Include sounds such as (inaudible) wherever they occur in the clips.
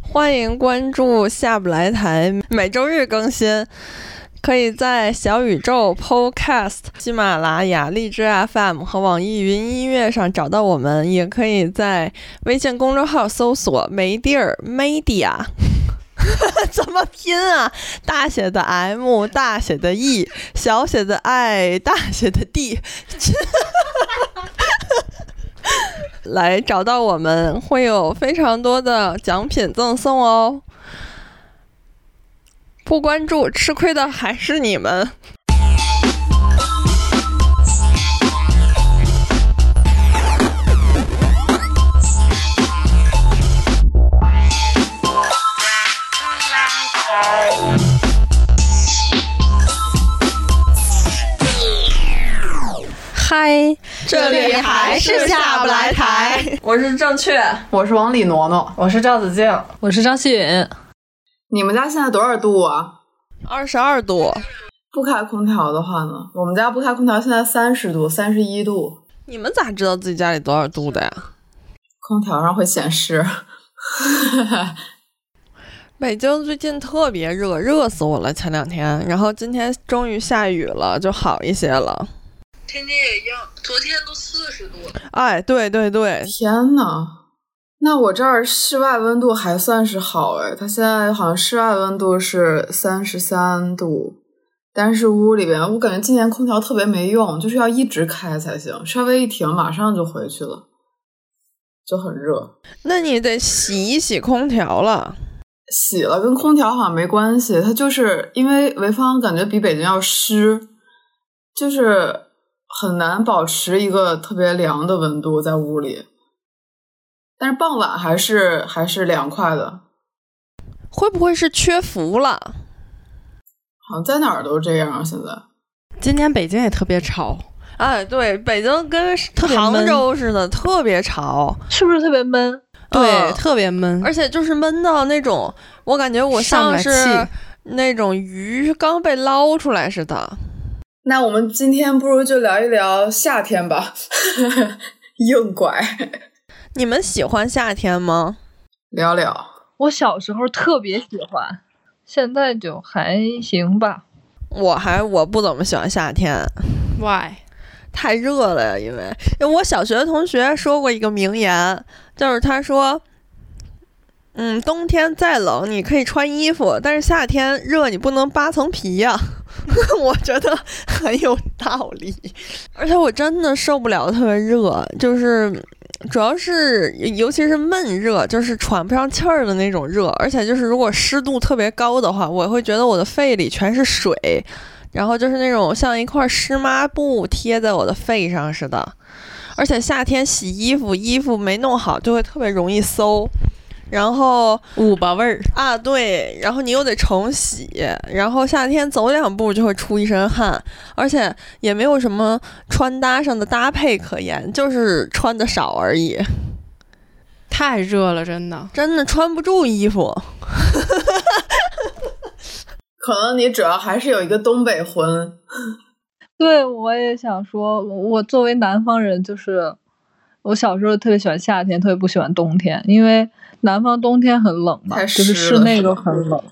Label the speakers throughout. Speaker 1: 欢迎关注下不来台，每周日更新。可以在小宇宙、Podcast、喜马拉雅、荔枝 FM 和网易云音乐上找到我们，也可以在微信公众号搜索“没地儿 media”，怎么拼啊？大写的 M，大写的 E，小写的 I，大写的 D，来找到我们，会有非常多的奖品赠送哦。不关注，吃亏的还是你们。
Speaker 2: 嗨，
Speaker 1: 这里还是下不来台， (laughs) 我是正确。
Speaker 3: 我是往里挪挪。
Speaker 4: 我是赵子静，
Speaker 2: 我是张希允。
Speaker 3: 你们家现在多少度啊？
Speaker 1: 二十二度，
Speaker 3: 不开空调的话呢？我们家不开空调，现在三十度，三十一度，
Speaker 1: 你们咋知道自己家里多少度的呀？
Speaker 3: 空调上会显示。 (laughs)
Speaker 1: 北京最近特别热，热死我了。前两天，然后今天终于下雨了，就好一些了。
Speaker 5: 天津也一样，昨天都四十度了。
Speaker 1: 哎，对对对，
Speaker 3: 天呐，那我这儿室外温度还算是好哎，它现在好像室外温度是三十三度，但是屋里边我感觉今年空调特别没用，就是要一直开才行，稍微一停马上就回去了，就很热。
Speaker 1: 那你得洗一洗空调了。
Speaker 3: 洗了跟空调好像没关系，它就是因为潍坊感觉比北京要湿，就是很难保持一个特别凉的温度在屋里。但是傍晚还是还是凉快的，
Speaker 1: 会不会是缺氟了？
Speaker 3: 好像在哪儿都这样。啊现在
Speaker 4: 今年北京也特别潮，
Speaker 1: 哎，对，北京跟
Speaker 4: 别闷
Speaker 1: 杭州似的，特别潮。
Speaker 5: 是不是特别闷？
Speaker 4: 对，
Speaker 1: 嗯
Speaker 4: 特别闷。
Speaker 1: 而且就是闷到那种，我感觉我像
Speaker 4: 上不来
Speaker 1: 是
Speaker 4: 气
Speaker 1: 那种鱼刚被捞出来似的。
Speaker 3: 那我们今天不如就聊一聊夏天吧， (laughs) 硬拐 (laughs)
Speaker 1: 你们喜欢夏天吗？
Speaker 3: 聊聊。
Speaker 5: 我小时候特别喜欢，现在就还行吧。
Speaker 1: 我还我不怎么喜欢夏天，
Speaker 4: Why？
Speaker 1: 太热了呀。因为因为我小学同学说过一个名言，就是他说，嗯，冬天再冷你可以穿衣服，但是夏天热你不能扒层皮呀、 (laughs) 我觉得很有道理，而且我真的受不了特别热，就是主要是尤其是闷热，就是喘不上气儿的那种热，而且就是如果湿度特别高的话，我会觉得我的肺里全是水，然后就是那种像一块湿抹布贴在我的肺上似的，而且夏天洗衣服，衣服没弄好就会特别容易馊，然后。
Speaker 4: 五八味儿，
Speaker 1: 啊，对，然后你又得重洗，然后夏天走两步就会出一身汗，而且也没有什么穿搭上的搭配可言，就是穿的少而已，
Speaker 4: 太热了，真的。
Speaker 1: 真的穿不住衣服。
Speaker 3: 可能你主要还是有一个东北魂，
Speaker 5: 对，我也想说，我作为南方人，就是我小时候特别喜欢夏天，特别不喜欢冬天，因为南方冬天很冷嘛，
Speaker 3: 太
Speaker 5: 就是
Speaker 3: 湿了
Speaker 5: 室内
Speaker 3: 是
Speaker 5: 都
Speaker 3: 吧
Speaker 5: 很冷，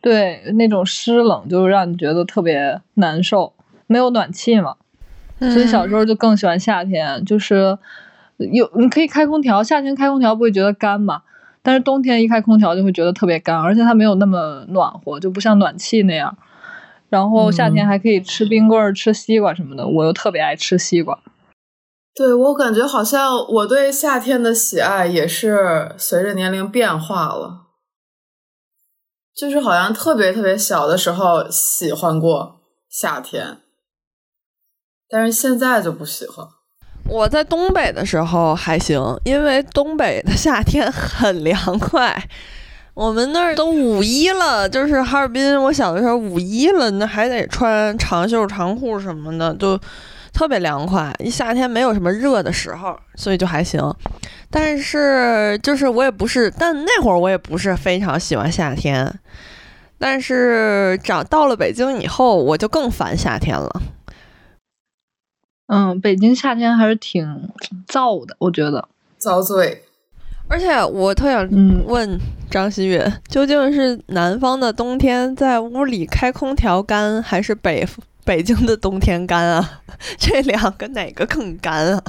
Speaker 5: 对，那种湿冷就让你觉得特别难受，没有暖气嘛，所以小时候就更喜欢夏天，就是有你可以开空调，夏天开空调不会觉得干嘛，但是冬天一开空调就会觉得特别干，而且它没有那么暖和，就不像暖气那样。然后夏
Speaker 3: 嗯
Speaker 5: 天还可以吃冰棍儿、吃西瓜什么的，我又特别爱吃西瓜。
Speaker 3: 对我感觉好像我对夏天的喜爱也是随着年龄变化了，就是好像特别特别小的时候喜欢过夏天，但是现在就不喜欢。
Speaker 1: 我在东北的时候还行，因为东北的夏天很凉快。我们那儿都五一了，就是哈尔滨。我小的时候五一了，那还得穿长袖长裤什么的，就特别凉快。一夏天没有什么热的时候，所以就还行。但是就是我也不是，但那会儿我也不是非常喜欢夏天。但是长到了北京以后，我就更烦夏天了。
Speaker 5: 嗯，北京夏天还是挺燥的，我觉得。
Speaker 3: 遭罪，
Speaker 1: 而且我特想
Speaker 5: 嗯，
Speaker 1: 问张馨予，究竟是南方的冬天在屋里开空调干，还是北 (laughs) 北京的冬天干啊？ (laughs) 这两个哪个更干啊？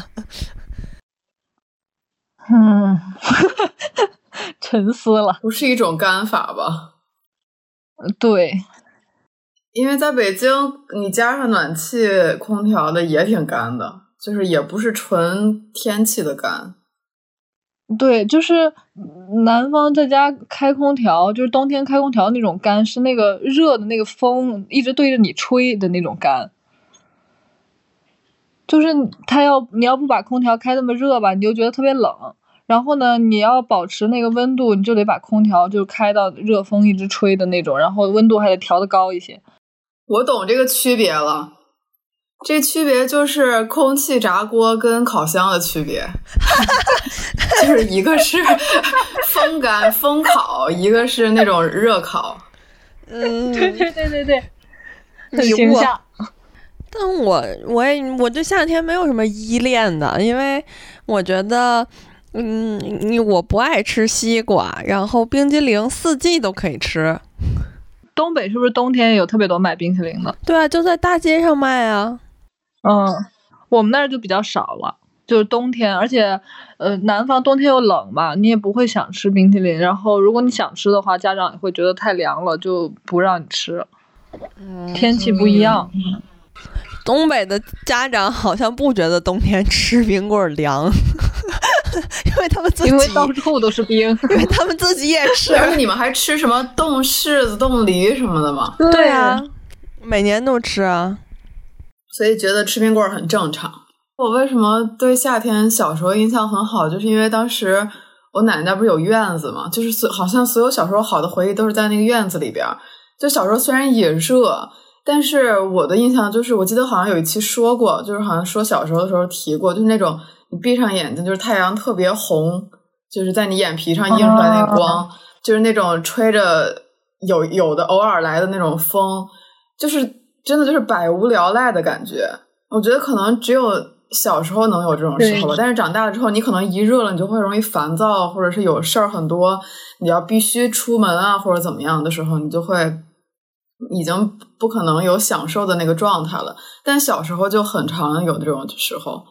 Speaker 5: 嗯， (laughs) 沉思了。
Speaker 3: 不是一种干法吧？
Speaker 5: 对，
Speaker 3: 因为在北京，你加上暖气、空调的也挺干的，就是也不是纯天气的干。
Speaker 5: 对，就是嗯南方在家开空调，就是冬天开空调那种干，是那个热的那个风一直对着你吹的那种干。就是它要你要不把空调开那么热吧，你就觉得特别冷。然后呢，你要保持那个温度，你就得把空调就开到热风一直吹的那种，然后温度还得调的高一些。
Speaker 3: 我懂这个区别了，这区别就是空气炸锅跟烤箱的区别， (laughs) 就是一个是风干风烤，一个是那种热烤。
Speaker 1: (laughs) 嗯，
Speaker 5: 对对对，很
Speaker 1: 礼
Speaker 5: 形
Speaker 1: 物
Speaker 5: 象。
Speaker 1: 但我我也我对夏天没有什么依恋的，因为我觉得，嗯，你我不爱吃西瓜，然后冰激凌四季都可以吃，
Speaker 5: 东北是不是冬天有特别多卖冰淇淋的？
Speaker 1: 对啊，就在大街上卖啊。
Speaker 5: 嗯，我们那儿就比较少了，就是冬天，而且呃，南方冬天又冷嘛，你也不会想吃冰淇淋。然后，如果你想吃的话，家长也会觉得太凉了，就不让你吃。天气不一样，
Speaker 1: 东北的家长好像不觉得冬天吃冰棍儿凉， (laughs) 因为他们自己，
Speaker 5: 因
Speaker 1: 因
Speaker 5: 为到处都是冰。
Speaker 1: 为他们自己
Speaker 5: (laughs)
Speaker 1: 也吃。
Speaker 3: 而且你们还吃什么冻柿子、冻梨什么的吗？
Speaker 1: 对啊，每年都吃啊。
Speaker 3: 所以觉得吃冰棍儿很正常。我为什么对夏天小时候印象很好，就是因为当时我奶奶家不是有院子嘛，就是所好像所有小时候好的回忆都是在那个院子里边儿。就小时候虽然也热，但是我的印象就是，我记得好像有一期说过，就是好像说小时候的时候提过，就是那种你闭上眼睛，就是太阳特别红，就是在你眼皮上映出来那光，就是那种吹着有有的偶尔来的那种风，就是真的就是百无聊赖的感觉。我觉得可能只有小时候能有这种时候吧，但是长大了之后，你可能一热了，你就会容易烦躁，或者是有事儿很多，你要必须出门啊，或者怎么样的时候，你就会已经不可能有享受的那个状态了。但小时候就很常有这种时候，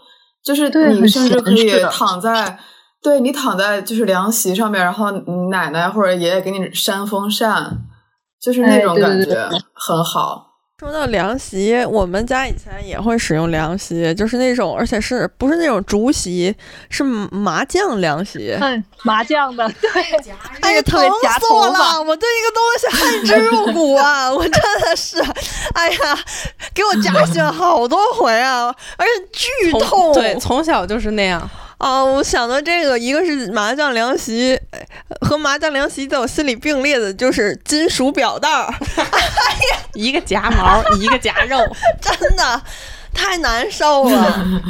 Speaker 3: 就是
Speaker 5: 对
Speaker 3: 你
Speaker 5: 很
Speaker 3: 甚至
Speaker 5: 闲
Speaker 3: 可以
Speaker 5: 适的
Speaker 3: 躺在。对你躺在就是凉席上面，然后你奶奶或者爷爷给你扇风扇，就是那
Speaker 5: 哎
Speaker 3: 种
Speaker 5: 对
Speaker 3: 感
Speaker 5: 对对
Speaker 3: 觉很好。
Speaker 1: 说到凉席，我们家以前也会使用凉席，就是那种，而且是不是那种竹席，是麻将凉席。
Speaker 5: 嗯，麻将的，对，
Speaker 1: 哎
Speaker 5: 那
Speaker 1: 呀，
Speaker 5: 个特别
Speaker 1: 疼
Speaker 5: 夹
Speaker 1: 死我
Speaker 5: 头发
Speaker 1: 了！我对这个东西
Speaker 5: (laughs)
Speaker 1: 恨之入骨啊！我真的是，哎呀，给我夹醒好多回啊，而且巨
Speaker 5: (laughs)
Speaker 4: 从
Speaker 1: 痛。
Speaker 4: 对，从小就是那样。
Speaker 1: 啊，我想到这个，一个是麻将凉席，呃和麻将凉席在我心里并列的就是金属表带儿， (laughs)
Speaker 4: 一个夹毛，一个夹肉，
Speaker 1: 真的太难受
Speaker 4: (laughs)
Speaker 1: 了。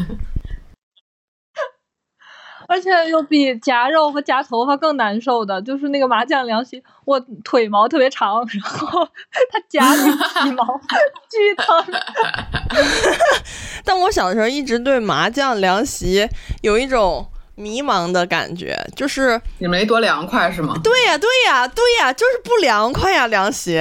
Speaker 5: 而且有比夹肉和夹头发更难受的，就是那个麻将凉席，我腿毛特别长，然后 (laughs) 它夹那个体毛，巨疼。
Speaker 1: 但我小时候一直对麻将凉席有一种迷茫的感觉，就是
Speaker 3: 你没多凉快是吗？
Speaker 1: 对呀、对呀、对呀、就是不凉快呀、凉席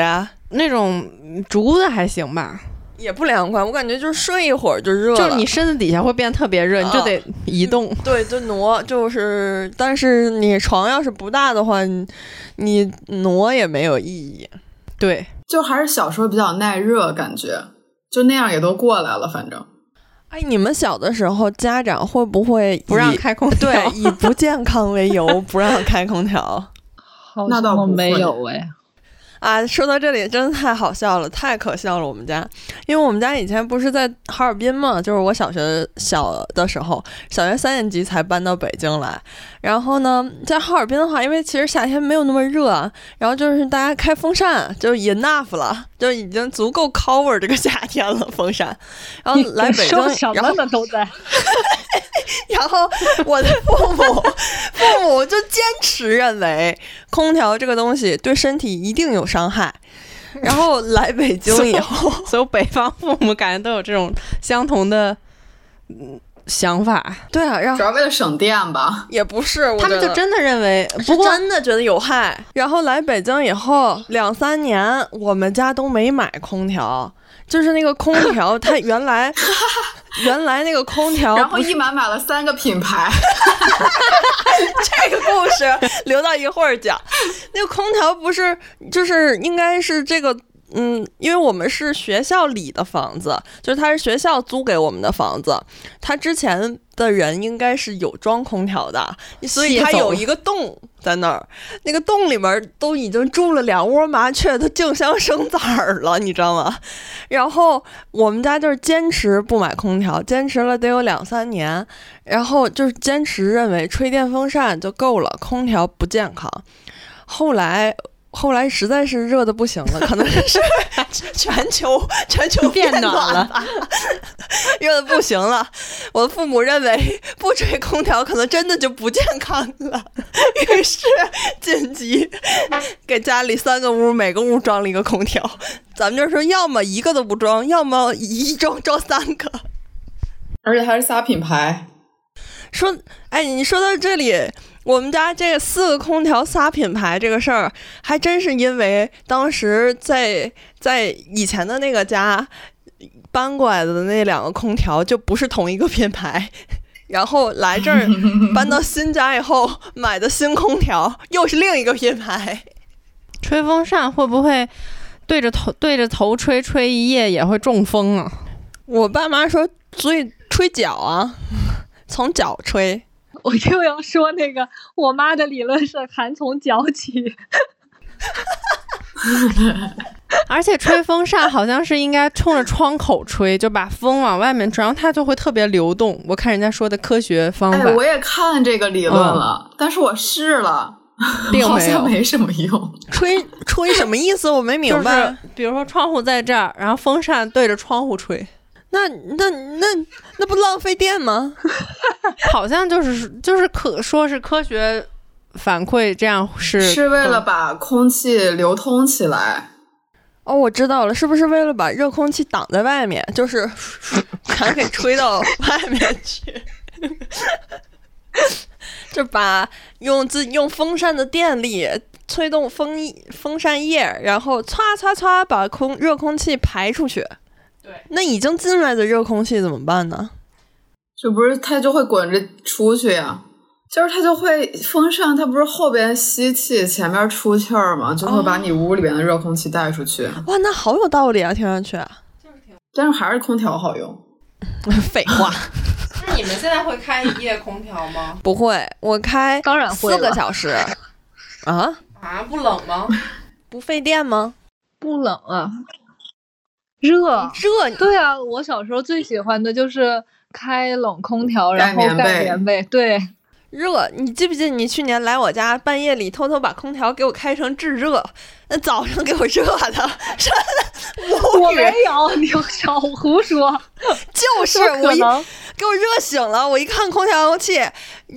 Speaker 4: 那种竹子还行吧，
Speaker 1: 也不凉快，我感觉就是睡一会儿就热
Speaker 4: 就
Speaker 1: 了。
Speaker 4: 是你身子底下会变特别热，你就
Speaker 1: 啊
Speaker 4: 得移动。
Speaker 1: 对，就挪，就是，但是你床要是不大的话，你你挪也没有意义。
Speaker 4: 对，
Speaker 3: 就还是小时候比较耐热，感觉就那样也都过来了。反正
Speaker 1: 哎，你们小的时候，家长会不会
Speaker 4: 不让
Speaker 1: 以？ (laughs)
Speaker 4: 开空调。 (laughs)
Speaker 1: 对，以不健康为由不让开空调
Speaker 5: 好
Speaker 3: 那倒
Speaker 5: 像
Speaker 3: 不会
Speaker 5: 没有哎，
Speaker 1: 啊！说到这里，真的太好笑了，太可笑了。我们家，因为我们家以前不是在哈尔滨嘛，就是我小学小的时候，小学三年级才搬到北京来。然后呢，在哈尔滨的话，因为其实夏天没有那么热啊，然后就是大家开风扇就 enough 了，就已经足够 cover 这个夏天了。风扇，然后
Speaker 5: 你
Speaker 1: (laughs) 来北京
Speaker 5: 说，什
Speaker 1: 然后
Speaker 5: 么呢都在。
Speaker 1: 然后我的父母父母就坚持认为空调这个东西对身体一定有伤害。然后来北京以后，
Speaker 4: 所有北方父母感觉都有这种相同的嗯想法，
Speaker 1: 对啊，然
Speaker 3: 主
Speaker 1: 后
Speaker 3: 要为了省电吧。
Speaker 1: (laughs) 也不是，我
Speaker 4: 他们
Speaker 1: 觉
Speaker 4: 就
Speaker 1: 得
Speaker 4: 真的认为，
Speaker 1: 是
Speaker 4: 不过
Speaker 1: 真的觉得有害。然后来北京以后两三年，我们家都没买空调，就是那个空调，它原来原来那个空调
Speaker 3: 然后
Speaker 1: 不是
Speaker 3: 一买买了三个品牌，
Speaker 1: 这个故事留到一会儿讲。那个空调不是就是应该是这个。嗯，因为我们是学校里的房子，就是它是学校租给我们的房子，它之前的人应该是有装空调的，所以
Speaker 4: 卸
Speaker 1: 它
Speaker 4: 走
Speaker 1: 有
Speaker 4: 了
Speaker 1: 一个洞在那儿，那个洞里面都已经住了两窝麻雀，都竞相生崽儿了，你知道吗？然后我们家就是坚持不买空调，坚持了得有两三年，然后就是坚持认为吹电风扇就够了，空调不健康。后来。后来实在是热的不行了，
Speaker 4: (laughs)
Speaker 1: 可能是全球全球
Speaker 4: 变
Speaker 1: 暖
Speaker 4: 暖了
Speaker 1: 吧， (laughs) 热的不行了。我的父母认为不吹空调可能真的就不健康了， (laughs) 于是紧急给家里三个屋每个屋装了一个空调。咱们就是说，要么一个都不装，要么一装装三个。
Speaker 3: (laughs) 而且还是仨品牌。
Speaker 1: 说，哎，你说到这里，我们家这四个空调仨品牌这个事儿，还真是因为当时在在以前的那个家搬过来的那两个空调就不是同一个品牌。然后来这儿搬到新家以后买的新空调又是另一个品牌，
Speaker 4: 吹风扇会不会对着头对着头吹吹一夜也会中风啊？
Speaker 1: (laughs) 我爸妈说，所以吹脚啊，从脚吹，
Speaker 5: 我又要说那个，我妈的理论是寒从脚起，
Speaker 4: 而且吹风扇好像是应该冲着窗口吹，就把风往外面吹，然后它就会特别流动。我看人家说的科学方法、
Speaker 3: 哎，我也看这个理论了，但是我试了，
Speaker 4: 并
Speaker 3: 好
Speaker 4: 没
Speaker 3: 像
Speaker 4: 有。
Speaker 3: 嗯没什么用。
Speaker 1: 吹吹什么意思？我没明
Speaker 4: 就
Speaker 1: 白。
Speaker 4: 是比如说窗户在这儿，然后风扇对着窗户吹，
Speaker 1: 那那那那不浪费电吗？
Speaker 4: 好像就是就是可说是科学反馈，这样是
Speaker 3: 是嗯为了把空气流通起来。
Speaker 1: 哦，我知道了，是不是为了把热空气挡在外面，就是 (laughs) 全给吹到外面去？ (laughs) 就把用自用风扇的电力吹动风翼风扇叶，然后唰唰唰把空热空气排出去。对，那已经进来的热空气怎么办呢？
Speaker 3: 这不是它就会滚着出去呀、就是它就会风扇，它不是后边吸气，前面出气儿嘛，就会把你屋里边的热空气带出去。
Speaker 1: 哇，那好有道理啊， (laughs) 听上去。
Speaker 3: 但是还是空调好用。
Speaker 1: 废话，
Speaker 4: 那你们现在会开一夜空调吗？
Speaker 1: 不会，我开
Speaker 5: 当然会
Speaker 1: 四个
Speaker 5: 了
Speaker 1: 小时啊。
Speaker 4: 啊，不冷吗？
Speaker 1: 不费电吗？
Speaker 5: 不冷啊，热。
Speaker 1: 这你
Speaker 5: 对啊，我小时候最喜欢的就是开冷空调，然后
Speaker 3: 棉
Speaker 5: 盖
Speaker 3: 被
Speaker 5: 棉被。对，
Speaker 1: 热，你记不记得你去年来我家半夜里偷偷把空调给我开成制热，那早上给我热的，真的无
Speaker 5: 我
Speaker 1: 语
Speaker 5: 没，有，你少胡
Speaker 3: (laughs)
Speaker 5: 说，
Speaker 1: 就是
Speaker 5: 不
Speaker 1: 我
Speaker 5: 可
Speaker 1: 一
Speaker 5: 能。
Speaker 1: 给我热醒了，我一看空调器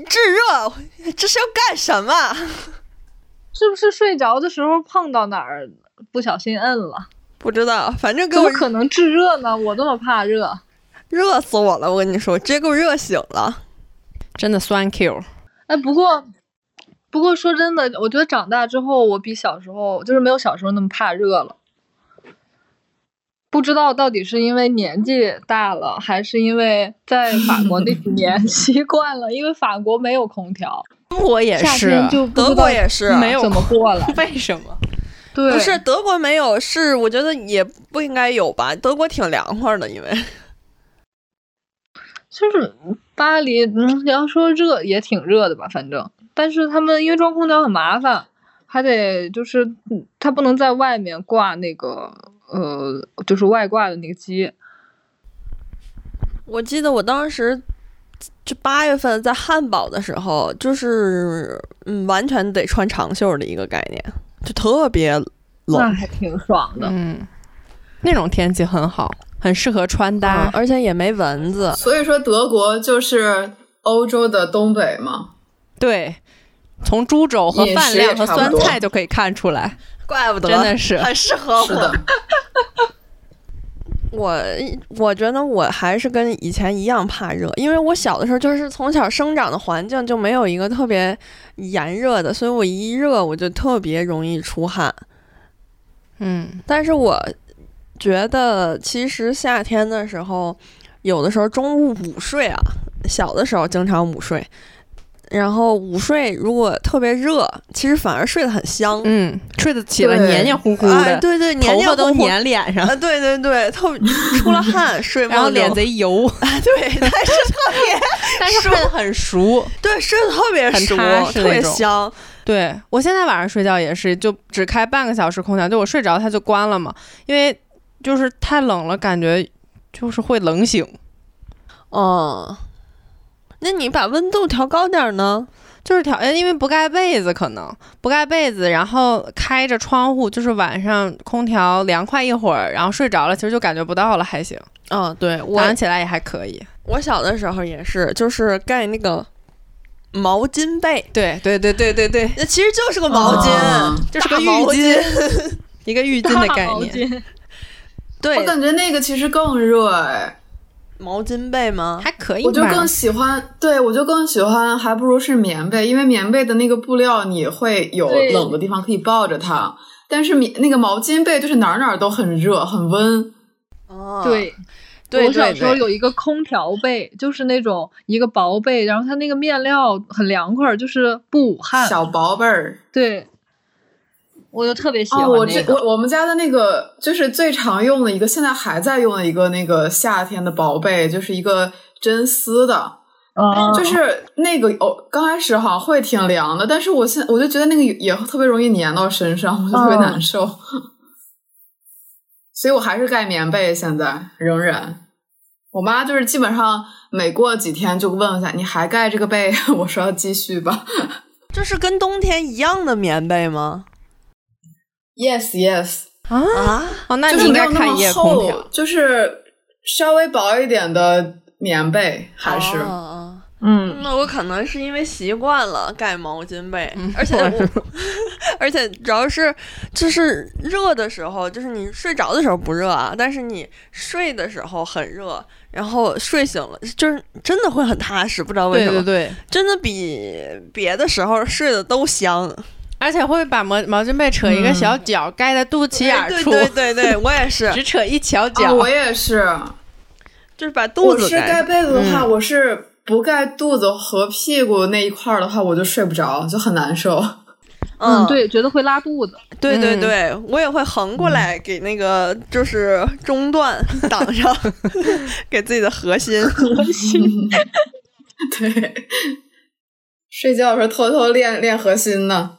Speaker 1: 制热，这是要干什么？
Speaker 5: 是不是睡着的时候碰到哪儿不小心摁了？
Speaker 1: 不知道，反正给
Speaker 5: 怎
Speaker 1: 我
Speaker 5: 么可能制热呢？我这么怕热。
Speaker 1: 热死我了！我跟你说，直接给我热醒了。
Speaker 4: 真的酸 Q，
Speaker 5: 哎，不过，不过说真的，我觉得长大之后，我比小时候就是没有小时候那么怕热了。不知道到底是因为年纪大了，还是因为在法国那几年 (laughs) 习惯了，因为法国没有空调，
Speaker 4: 中国也
Speaker 5: 夏
Speaker 4: 是啊
Speaker 5: 天，就不
Speaker 1: 德
Speaker 5: 知
Speaker 1: 国
Speaker 5: 道
Speaker 1: 也是，
Speaker 4: 没有
Speaker 5: 怎么
Speaker 1: (laughs)
Speaker 5: 过来。
Speaker 4: 为什么？
Speaker 5: 对，
Speaker 1: 不是德国没有，是我觉得也不应该有吧。德国挺凉快的，因为
Speaker 5: 就是巴黎，嗯，你要说热也挺热的吧，反正，但是他们因为装空调很麻烦，还得就是，嗯它不能在外面挂那个呃，就是外挂的那个机，
Speaker 1: 我记得我当时就八月份在汉堡的时候，就是嗯，完全得穿长袖的一个概念，就特别
Speaker 5: 那
Speaker 1: 冷，
Speaker 5: 还挺爽的。
Speaker 4: 嗯，那种天气很好，很适合穿
Speaker 1: 啊
Speaker 4: 搭。
Speaker 1: 而且也没蚊子。
Speaker 3: 所以说德国就是欧洲的东北嘛，
Speaker 4: 对，从猪肘和饭量和酸
Speaker 3: 饮食也差
Speaker 4: 菜
Speaker 3: 不多
Speaker 4: 就可以看出来，
Speaker 1: 怪不得
Speaker 4: 真的是
Speaker 1: 很适合
Speaker 3: 是的
Speaker 1: 我。， (laughs) 我我觉得我还是跟以前一样怕热，因为我小的时候就是从小生长的环境就没有一个特别炎热的，所以我一热我就特别容易出汗。
Speaker 4: 嗯，
Speaker 1: 但是我觉得其实夏天的时候，有的时候中午午睡啊，小的时候经常午睡，然后午睡如果特别热，其实反而睡得很香。
Speaker 4: 嗯，睡得起来
Speaker 3: 对
Speaker 4: 黏黏糊糊的，
Speaker 1: 哎，对对，黏
Speaker 4: 头
Speaker 1: 黏
Speaker 4: 发都
Speaker 1: 糊糊
Speaker 4: 粘脸上，
Speaker 1: 啊，对对对，特别出了汗，睡
Speaker 4: (laughs) 然后
Speaker 1: 梦
Speaker 4: 脸
Speaker 1: 中
Speaker 4: 贼油，
Speaker 1: 对，但是特别
Speaker 4: 但 (laughs) 是睡得很熟。
Speaker 1: 对，睡得特别
Speaker 4: 很
Speaker 1: 熟
Speaker 4: 踏，实
Speaker 1: 特
Speaker 4: 那
Speaker 1: 别
Speaker 4: 种
Speaker 1: 香。
Speaker 4: 对我现在晚上睡觉也是，就只开半个小时空调，就我睡着它就关了嘛，因为就是太冷了，感觉就是会冷醒。
Speaker 1: 嗯，那你把温度调高点儿呢？
Speaker 4: 就是调，呃因为不盖被子，可能不盖被子，然后开着窗户，就是晚上空调凉快一会儿，然后睡着了，其实就感觉不到了，还行。
Speaker 1: 嗯，对
Speaker 4: 早
Speaker 1: 我
Speaker 4: 上起来也还可以。
Speaker 1: 我小的时候也是，就是盖那个毛巾被，
Speaker 4: 对对对对对对，
Speaker 1: 那其实就是个毛巾，
Speaker 3: 啊
Speaker 4: 就是个
Speaker 1: 大
Speaker 4: 浴
Speaker 1: 毛
Speaker 4: 巾， (laughs) 一个浴巾的概念。
Speaker 5: 念。
Speaker 1: 对
Speaker 3: 我，感觉那个其实更热哎，
Speaker 1: 毛巾被吗？
Speaker 4: 还可以吧，
Speaker 3: 我就更喜欢，对我就更喜欢，还不如是棉被，因为棉被的那个布料你会有
Speaker 5: 对
Speaker 3: 冷的地方可以抱着它，但是棉那个毛巾被就是哪儿哪儿都很热很温，
Speaker 1: 哦，
Speaker 5: 对，
Speaker 1: 对
Speaker 5: 我小
Speaker 1: 对
Speaker 5: 时候
Speaker 1: 对，
Speaker 5: 有一个空调被，就是那种一个薄被，然后它那个面料很凉快儿，就是不捂汗。
Speaker 3: 小宝贝儿。
Speaker 5: 对，我就特别喜欢
Speaker 3: 哦，我
Speaker 5: 那
Speaker 3: 这
Speaker 5: 个。
Speaker 3: 我我们家的那个就是最常用的一个，现在还在用的一个那个夏天的薄被，就是一个真丝的，
Speaker 4: 哦
Speaker 5: 啊
Speaker 3: 就是那个哦，刚开始好像会挺凉的，但是我现我就觉得那个也特别容易粘到身上，我就特别
Speaker 5: 嗯
Speaker 3: 难受。
Speaker 4: 哦
Speaker 3: 所以我还是盖棉被，现在仍然。我妈就是基本上每过几天就问一下你还盖这个被，我说要继续
Speaker 4: (laughs)
Speaker 3: 吧。
Speaker 1: 就是跟冬天一样的棉被吗？
Speaker 3: Yes, yes。
Speaker 4: 啊
Speaker 1: 啊，
Speaker 4: 哦，那
Speaker 3: 就
Speaker 4: 你
Speaker 3: 是
Speaker 4: 应
Speaker 3: 没
Speaker 4: 该
Speaker 3: 有那
Speaker 4: 看一夜
Speaker 3: 么
Speaker 4: 空调
Speaker 3: 厚，。啊就是稍微薄一点的棉被，还是、
Speaker 1: 哦
Speaker 5: 嗯，
Speaker 1: 那我可能是因为习惯了盖毛巾被，
Speaker 4: 嗯
Speaker 1: 而且
Speaker 4: 我
Speaker 1: 我，
Speaker 4: (laughs)
Speaker 1: 而且主要是就是热的时候，就是你睡着的时候不热啊，但是你睡的时候很热，然后睡醒了就是真的会很踏实，不知道为
Speaker 4: 对
Speaker 1: 什么，
Speaker 4: 对对，
Speaker 1: 真的比别的时候睡的都香。
Speaker 4: 而且会把毛毛巾被扯一个小角，盖在肚脐眼
Speaker 1: 哎对
Speaker 4: 处，
Speaker 1: 对对对，我也是，
Speaker 4: 只扯一小角。
Speaker 3: 啊，我也是。
Speaker 1: 就是把肚
Speaker 3: 我
Speaker 1: 子
Speaker 3: 是盖被子的话，我是不盖肚子和屁股那一块儿的话，我就睡不着，就很难受。
Speaker 1: 嗯，
Speaker 5: 嗯，对，觉得会拉肚子。
Speaker 1: 对对
Speaker 4: 嗯
Speaker 1: 对，我也会横过来给那个就是中段 (laughs) 挡上，给自己的核心。
Speaker 3: 对，睡觉的时候偷偷练练核心呢。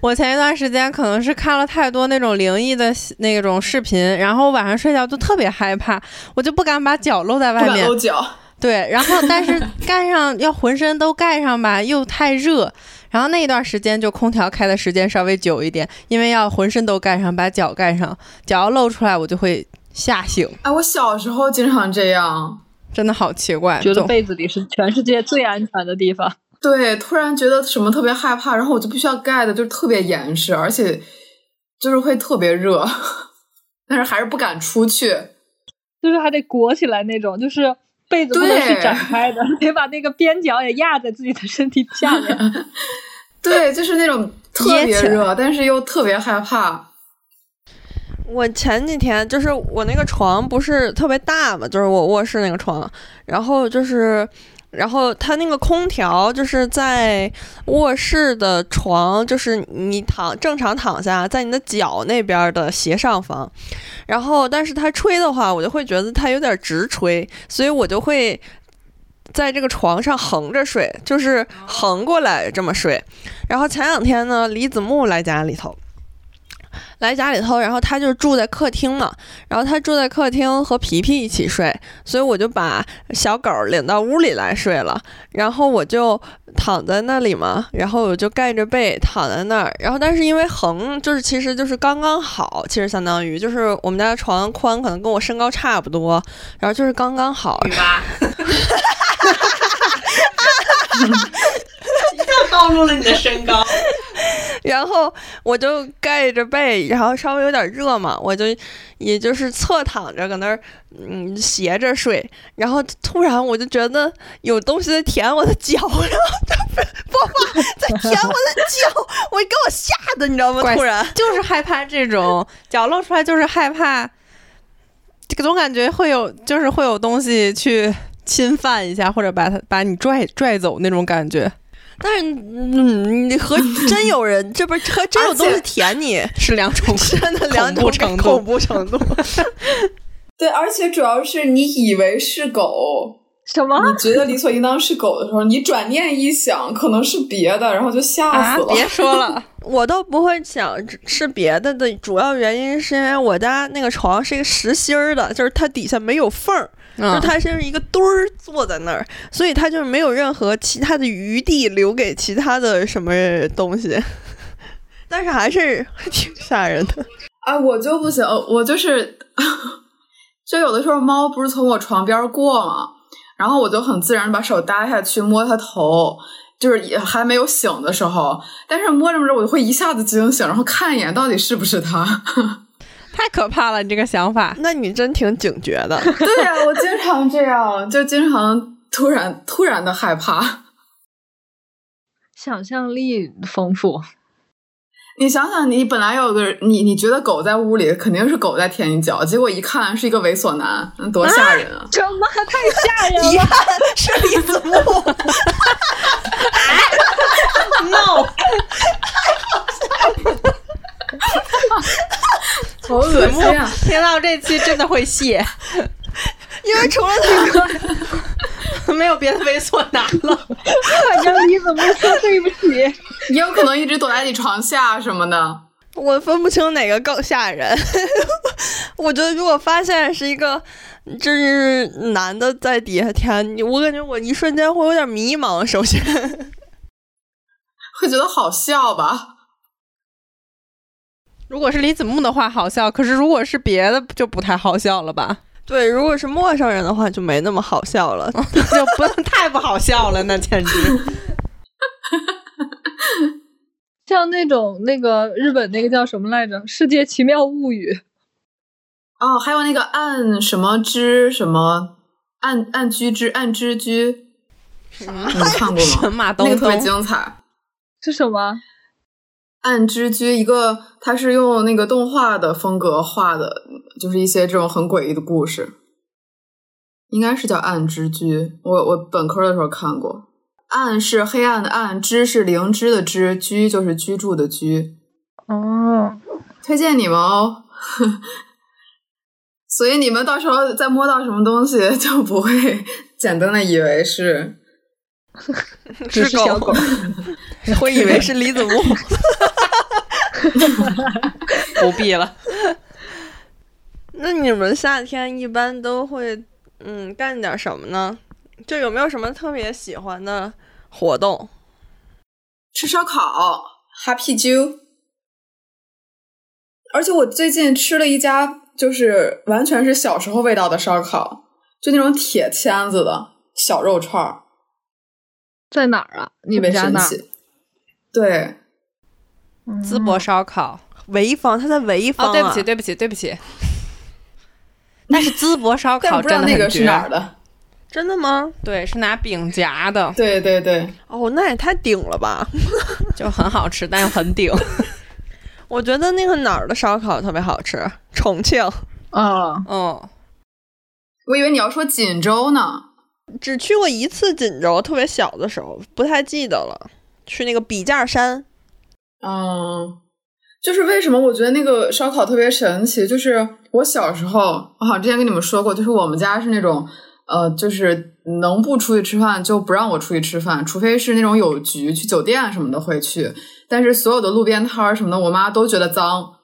Speaker 4: 我前一段时间可能是看了太多那种灵异的那种视频，然后晚上睡觉就特别害怕，我就不敢把脚露在
Speaker 3: 不
Speaker 4: 外
Speaker 3: 敢
Speaker 4: 面
Speaker 3: 露。脚，
Speaker 4: 对，然后但是盖上要浑身都盖上吧，又太热。然后那一段时间就空调开的时间稍微久一点，因为要浑身都盖上，把脚盖上，脚要露出来我就会吓醒，
Speaker 3: 哎，我小时候经常这样。
Speaker 4: 真的好奇怪。
Speaker 5: 觉得
Speaker 4: 总
Speaker 5: 被子里是全世界最安全的地方。
Speaker 3: 对，突然觉得什么特别害怕，然后我就必须要盖的，就是特别严实，而且就是会特别热，但是还是不敢出去。
Speaker 5: 就是还得裹起来那种，就是被子不能是展开的， (laughs) 得把那个边角也压在自己的身体下 (laughs) 面。
Speaker 3: 对，就是那种特
Speaker 4: 噎
Speaker 3: 别
Speaker 4: 起来
Speaker 3: 热，但是又特别害怕。
Speaker 1: 我前几天就是我那个床不是特别大嘛，就是我卧室那个床，然后就是，然后它那个空调就是在卧室的床，就是你躺正常躺下，在你的脚那边的斜上方，然后但是它吹的话，我就会觉得它有点直吹，所以我就会。在这个床上横着睡，就是横过来这么睡。然后前两天呢，李子木来家里头，来家里头，然后他就住在客厅嘛，然后他住在客厅和皮皮一起睡，所以我就把小狗领到屋里来睡了，然后我就躺在那里嘛，然后我就盖着被躺在那儿，然后但是因为横就是其实就是刚刚好，其实相当于就是我们家的床宽可能跟我身高差不多，然后就是刚刚好，
Speaker 3: 女娲，
Speaker 2: (laughs) 暴露了你的身高。
Speaker 1: (laughs) 然后我就盖着被，然后稍微有点热嘛，我就也就是侧躺着搁那儿，嗯，斜着睡。然后突然我就觉得有东西在舔我的脚， (laughs) 然后就是爸爸在舔我的脚，我给我吓的，你知道吗？
Speaker 4: 怪
Speaker 1: 突然，
Speaker 4: (laughs) 就是害怕这种脚露出来，就是害怕，这个总感觉会有，就是会有东西去侵犯一下，或者把它把你拽拽走那种感觉，
Speaker 1: 但是嗯，你和真有人，这不是和真有东西舔你，
Speaker 4: 是两种
Speaker 1: 真的两种
Speaker 4: 恐怖程度
Speaker 1: 恐怖程度。
Speaker 3: 对，而且主要是你以为是狗，
Speaker 5: 什么？
Speaker 3: 你觉得理所应当是狗的时候，你转念一想，可能是别的，然后就吓
Speaker 4: 啊
Speaker 3: 死！了。
Speaker 4: (laughs) 别说了，
Speaker 1: (laughs) 我都不会想吃别的的主要原因是因为我家那个床是一个实心儿的，就是它底下没有缝儿，就
Speaker 4: 嗯
Speaker 1: 是它是一个墩儿坐在那儿，所以它就是没有任何其他的余地留给其他的什么东西。 (laughs) 但是还是 (laughs) 挺吓人的。 (laughs)
Speaker 3: 哎，我就不行，我就是， (laughs) 就有的时候猫不是从我床边过嘛，然后我就很自然地把手搭下去摸它头，就是也还没有醒的时候，但是摸着摸着我就会一下子惊醒，然后看一眼到底是不是它。 (laughs)
Speaker 4: 太可怕了，你这个想法。
Speaker 1: 那你真挺警觉的。
Speaker 3: 对呀、我经常这样，就经常突然突然的害怕。
Speaker 5: (laughs) 想象力丰富，
Speaker 3: 你想想，你本来有个你，你觉得狗在屋里肯定是狗在舔你脚，结果一看是一个猥琐男，那多吓人啊！
Speaker 5: 什么？太吓人
Speaker 1: 一看是李子木，
Speaker 2: no，
Speaker 3: 好恶心啊！
Speaker 4: 听到这期真的
Speaker 3: (laughs)
Speaker 4: 会谢，
Speaker 1: 因为除了他，
Speaker 4: 没有别的猥琐男了。
Speaker 5: 反正你怎么说对不起？
Speaker 3: 也有可能一直躲在你床下什么的。
Speaker 1: 我分不清哪个更吓人。 (laughs) 我觉得如果发现是一个就是男的在底下舔你，我感觉我一瞬间会有点迷茫。首先， (laughs)
Speaker 3: 会觉得好笑吧？
Speaker 4: 如果是李子木的话好笑，可是如果是别的就不太好笑了吧？
Speaker 1: 对，如果是陌生人的话就没那么好笑了。
Speaker 4: 就不太不好笑了，那
Speaker 3: (laughs)
Speaker 4: 简直。
Speaker 5: 像那种那个日本那个叫什么来着，《世界奇妙物语》，
Speaker 3: 哦，还有那个暗什么之什么暗暗居之暗之居，你们看
Speaker 4: (laughs)
Speaker 3: 过
Speaker 4: 神
Speaker 3: 吗？
Speaker 4: 马
Speaker 3: 那
Speaker 4: 东
Speaker 3: 个特别
Speaker 4: 东，
Speaker 3: 精彩。
Speaker 5: 是什么？
Speaker 3: 暗之居一个，它是用那个动画的风格画的，就是一些这种很诡异的故事，应该是叫《暗之居》我。我本科的时候看过，暗是黑暗的暗，之是灵芝的芝，居就是居住的居。
Speaker 5: 哦，
Speaker 3: 推荐你们哦。 (laughs) 所以你们到时候再摸到什么东西，就不会 (laughs) 简单的以为是
Speaker 5: 只是小狗，
Speaker 1: 会以为是李子 (laughs) 木。
Speaker 4: 不必了。
Speaker 1: 那你们夏天一般都会嗯干点什么呢？就有没有什么特别喜欢的活动？
Speaker 3: 吃烧烤、Happy Jew。而且我最近吃了一家，就是完全是小时候味道的烧烤，就那种铁签子的小肉串儿，
Speaker 5: 在哪儿啊？你
Speaker 3: 特别
Speaker 5: 们家
Speaker 3: 神
Speaker 5: 哪儿？嗯
Speaker 3: 奇。对，
Speaker 4: 淄博烧烤。
Speaker 1: 潍坊，他在潍坊、
Speaker 4: 哦，
Speaker 1: 啊
Speaker 4: 对不起，对不起，对不起。但是淄博烧
Speaker 3: 但
Speaker 4: 烤
Speaker 3: 不知道
Speaker 4: 真的
Speaker 3: 那个
Speaker 4: 很
Speaker 3: 是哪儿
Speaker 4: 绝，
Speaker 3: 的。
Speaker 1: 真的吗？
Speaker 4: 对，是拿饼夹的，
Speaker 3: 对对对，
Speaker 1: 哦，那也太顶了吧！
Speaker 4: 就很好吃，但又很顶。
Speaker 1: 我觉得那个哪儿的烧烤特别好吃，重庆、
Speaker 5: 啊，
Speaker 4: 嗯，
Speaker 3: 我以为你要说锦州呢。
Speaker 1: 只去过一次锦州，特别小的时候，不太记得了。去那个笔架山，
Speaker 3: 嗯，就是为什么我觉得那个烧烤特别神奇，就是我小时候，我好像之前跟你们说过，就是我们家是那种，呃，就是能不出去吃饭就不让我出去吃饭，除非是那种有局去酒店什么的会去，但是所有的路边摊儿什么的，我妈都觉得脏。